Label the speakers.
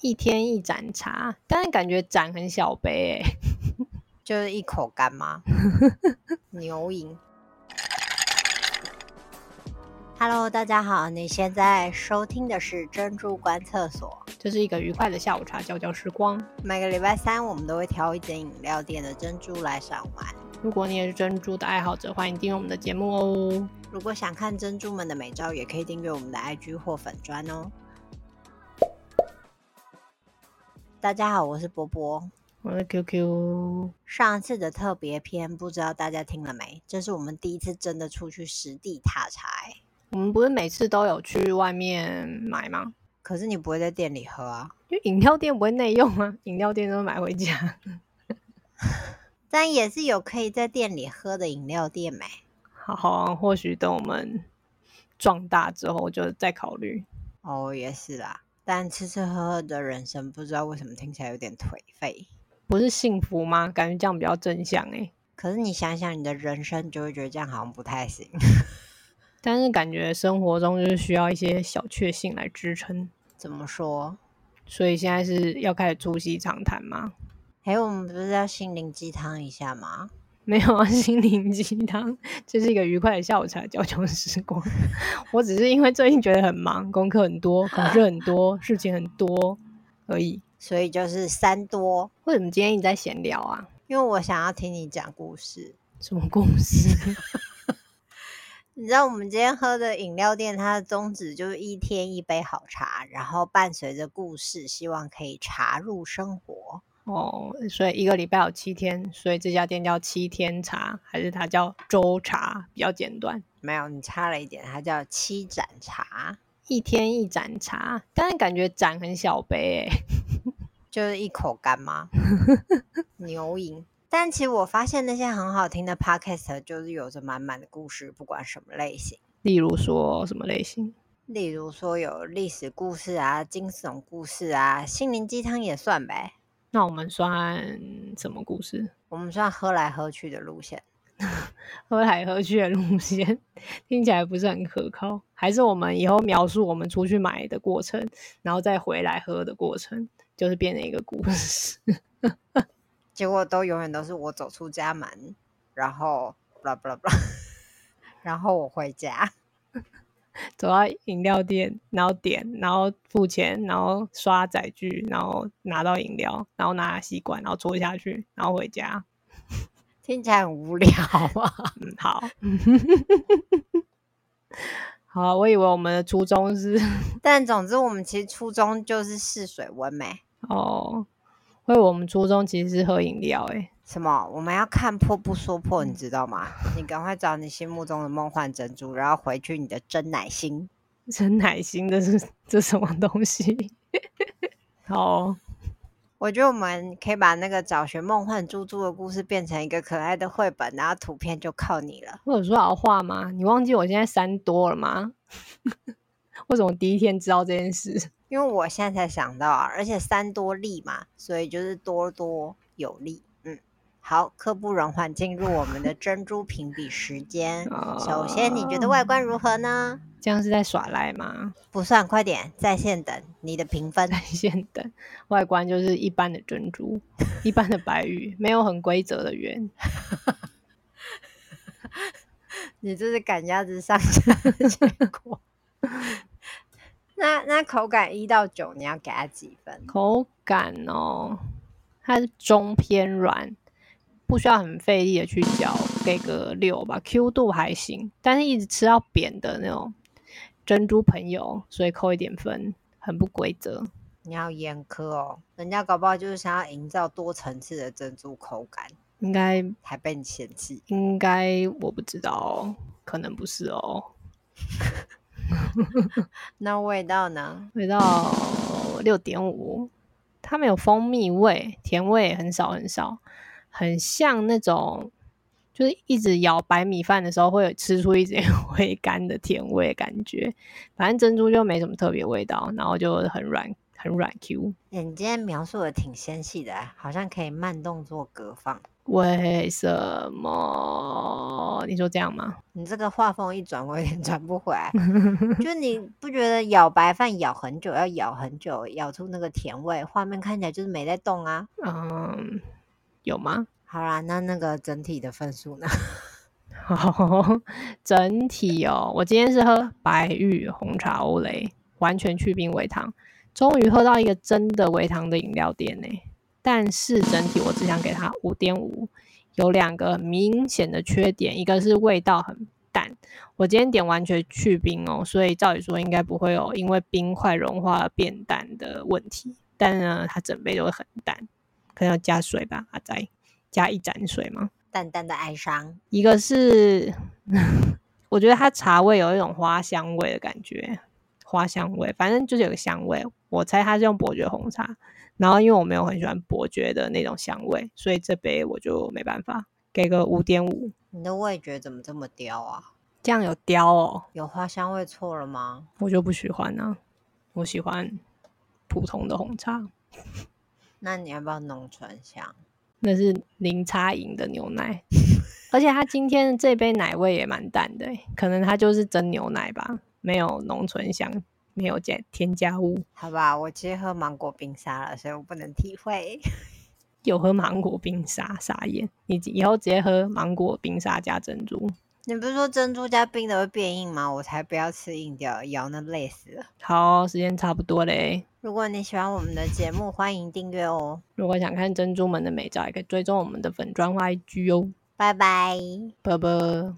Speaker 1: 一天一盏茶，但是感觉盏很小杯 哎、
Speaker 2: 就是一口干妈牛饮。Hello，大家好，你现在收听的是珍珠观厕所。
Speaker 1: 这是一个愉快的下午茶交交时光。
Speaker 2: 每个礼拜三，我们都会挑一间饮料店的珍珠来赏玩。
Speaker 1: 如果你也是珍珠的爱好者，欢迎订阅我们的节目哦。
Speaker 2: 如果想看珍珠们的美照，也可以订阅我们的 IG 或粉砖哦。大家好，我是波波。
Speaker 1: 我的 QQ，
Speaker 2: 上次的特别篇不知道大家听了没？这是我们第一次真的出去实地踏查、欸，
Speaker 1: 我们不是每次都有去外面买吗？
Speaker 2: 可是你不会在店里喝啊？
Speaker 1: 因为饮料店不会内用啊，饮料店都是买回家。
Speaker 2: 但也是有可以在店里喝的饮料店欸没、
Speaker 1: 好啊或许等我们壮大之后就再考虑。
Speaker 2: 哦，也是啦。但吃吃喝喝的人生，不知道为什么听起来有点颓废。
Speaker 1: 不是幸福吗？感觉这样比较正向哎、
Speaker 2: 可是你想想，你的人生，你就会觉得这样好像不太行。
Speaker 1: 但是感觉生活中就是需要一些小确幸来支撑，
Speaker 2: 怎么说？
Speaker 1: 所以现在是要开始促膝长谈吗？
Speaker 2: 哎，我们不是要心灵鸡汤一下吗？
Speaker 1: 没有啊， 心灵鸡汤，这是一个愉快的下午茶交通时光。 我只是因为最近觉得很忙，功课很多，考试很多，事情很多而已。
Speaker 2: 所以就是三多，
Speaker 1: 为什么今天一直在闲聊啊？
Speaker 2: 因为我想要听你讲故事。
Speaker 1: 什么公司？
Speaker 2: 你知道我们今天喝的饮料店，它的宗旨就是一天一杯好茶，然后伴随着故事，希望可以茶入生活。
Speaker 1: 哦，所以一个礼拜有七天，所以这家店叫七天茶，还是它叫周茶比较简短？
Speaker 2: 没有，你差了一点，它叫七盏茶，
Speaker 1: 一天一盏茶，但是感觉盏很小杯哎、
Speaker 2: 就是一口干妈牛饮。但其实我发现那些很好听的 podcast 就是有着满满的故事，不管什么类型，
Speaker 1: 例如说什么类型？
Speaker 2: 例如说有历史故事啊、惊悚故事啊、心灵鸡汤也算呗。
Speaker 1: 那我们算什么故事？
Speaker 2: 我们算喝来喝去的路线，
Speaker 1: 喝来喝去的路线听起来不是很可靠，还是我们以后描述我们出去买的过程，然后再回来喝的过程，就是变成一个故事。
Speaker 2: 结果都永远都是我走出家门，然后 blah blah blah，然后我回家。
Speaker 1: 走到饮料店，然后点，然后付钱，然后刷载具，然后拿到饮料，然后拿吸管，然后戳下去，然后回家。
Speaker 2: 听起来很无聊啊！
Speaker 1: 嗯，好。好啊，我以为我们的初衷是
Speaker 2: 但总之，我们其实初衷就是试水温美。
Speaker 1: 哦，我以为我们初衷其实是喝饮料、欸，诶，
Speaker 2: 什么？我们要看破不说破，你知道吗？你赶快找你心目中的梦幻珍珠，然后回去你的真奶心。
Speaker 1: 真奶心这是这什么东西？ 好哦、
Speaker 2: 我觉得我们可以把那个找寻梦幻珠珠的故事变成一个可爱的绘本，然后图片就靠你了。
Speaker 1: 我有说好话吗？你忘记我现在三多了吗？ 为什么第一天知道这件事？
Speaker 2: 因为我现在才想到啊，而且三多利嘛，所以就是多多有利。嗯，好，刻不容缓，进入我们的珍珠评比时 间。首先，你觉得外观如何呢？
Speaker 1: 哦这样是在耍赖吗？
Speaker 2: 不算，快点，在线等你的评分。
Speaker 1: 现等外观就是一般的珍珠，一般的白玉，没有很规则的圆。
Speaker 2: 你这是赶鸭子上架的结果。 那那口感一到九，你要给它几分？
Speaker 1: 口感哦，它是中偏软，不需要很费力的去嚼，给个六吧，Q 度还行，但是一直吃到扁的那种珍珠朋友，所以扣一点分，很不规则。
Speaker 2: 你要严苛哦，人家搞不好就是想要营造多层次的珍珠口感，
Speaker 1: 应该
Speaker 2: 还被你嫌弃。
Speaker 1: 应该我不知道哦，可能不是哦，
Speaker 2: 那味道呢？
Speaker 1: 味道六点五，它没有蜂蜜味，甜味也很少很少，很像那种就是一直咬白米饭的时候会有吃出一点 回甘的甜味的感觉。反正珍珠就没什么特别味道，然后就很软很软 Q。
Speaker 2: 欸你今天描述的挺纤细的啊，好像可以慢动作隔放。
Speaker 1: 为什么？你说这样吗？
Speaker 2: 你这个画风一转，我有点转不回来。 就你不觉得咬白饭咬很久，要咬很久，咬出那个甜味，画面看起来就是没在动啊。
Speaker 1: 嗯，有吗？
Speaker 2: 好啦，那那个整体的分数呢？
Speaker 1: 好， 整体哦，我今天是喝白玉红茶欧蕾，完全去冰微糖，终于喝到一个真的微糖的饮料店呢。但是整体我只想给它五点五，有两个明显的缺点，一个是味道很淡。我今天点完全去冰哦，所以照理说应该不会有因为冰块融化而变淡的问题。但呢，它整杯都会很淡，可能要加水吧，阿仔，加一盏水吗？
Speaker 2: 淡淡的哀伤，
Speaker 1: 一个是 我觉得它茶味有一种花香味的感觉，花香味，反正就是有个香味。我猜它是用伯爵红茶，然后因为我没有很喜欢伯爵的那种香味，所以这杯我就没办法给个五点五。
Speaker 2: 你的味觉怎么这么刁啊？
Speaker 1: 这样有雕哦，
Speaker 2: 有花香味错了吗？
Speaker 1: 我就不喜欢啊，我喜欢普通的红茶，
Speaker 2: 那你要不要浓醇香？
Speaker 1: 那是零差饮的牛奶。 而且它今天这杯奶味也蛮淡的欸、可能它就是真牛奶吧，没有浓醇香，没有加添加物。
Speaker 2: 好吧，我其实喝芒果冰沙了，所以我不能体会。
Speaker 1: 有喝芒果冰沙，傻眼！你以后直接喝芒果冰沙加珍珠。
Speaker 2: 你不是说珍珠加冰的会变硬吗？我才不要吃硬掉，咬那累死了。
Speaker 1: 好，哦时间差不多嘞。
Speaker 2: 如果你喜欢我们的节目，欢迎订阅哦，
Speaker 1: 如果想看珍珠们的美照，也可以追踪我们的粉砖 YG 哦。
Speaker 2: 拜拜。
Speaker 1: 啵啵。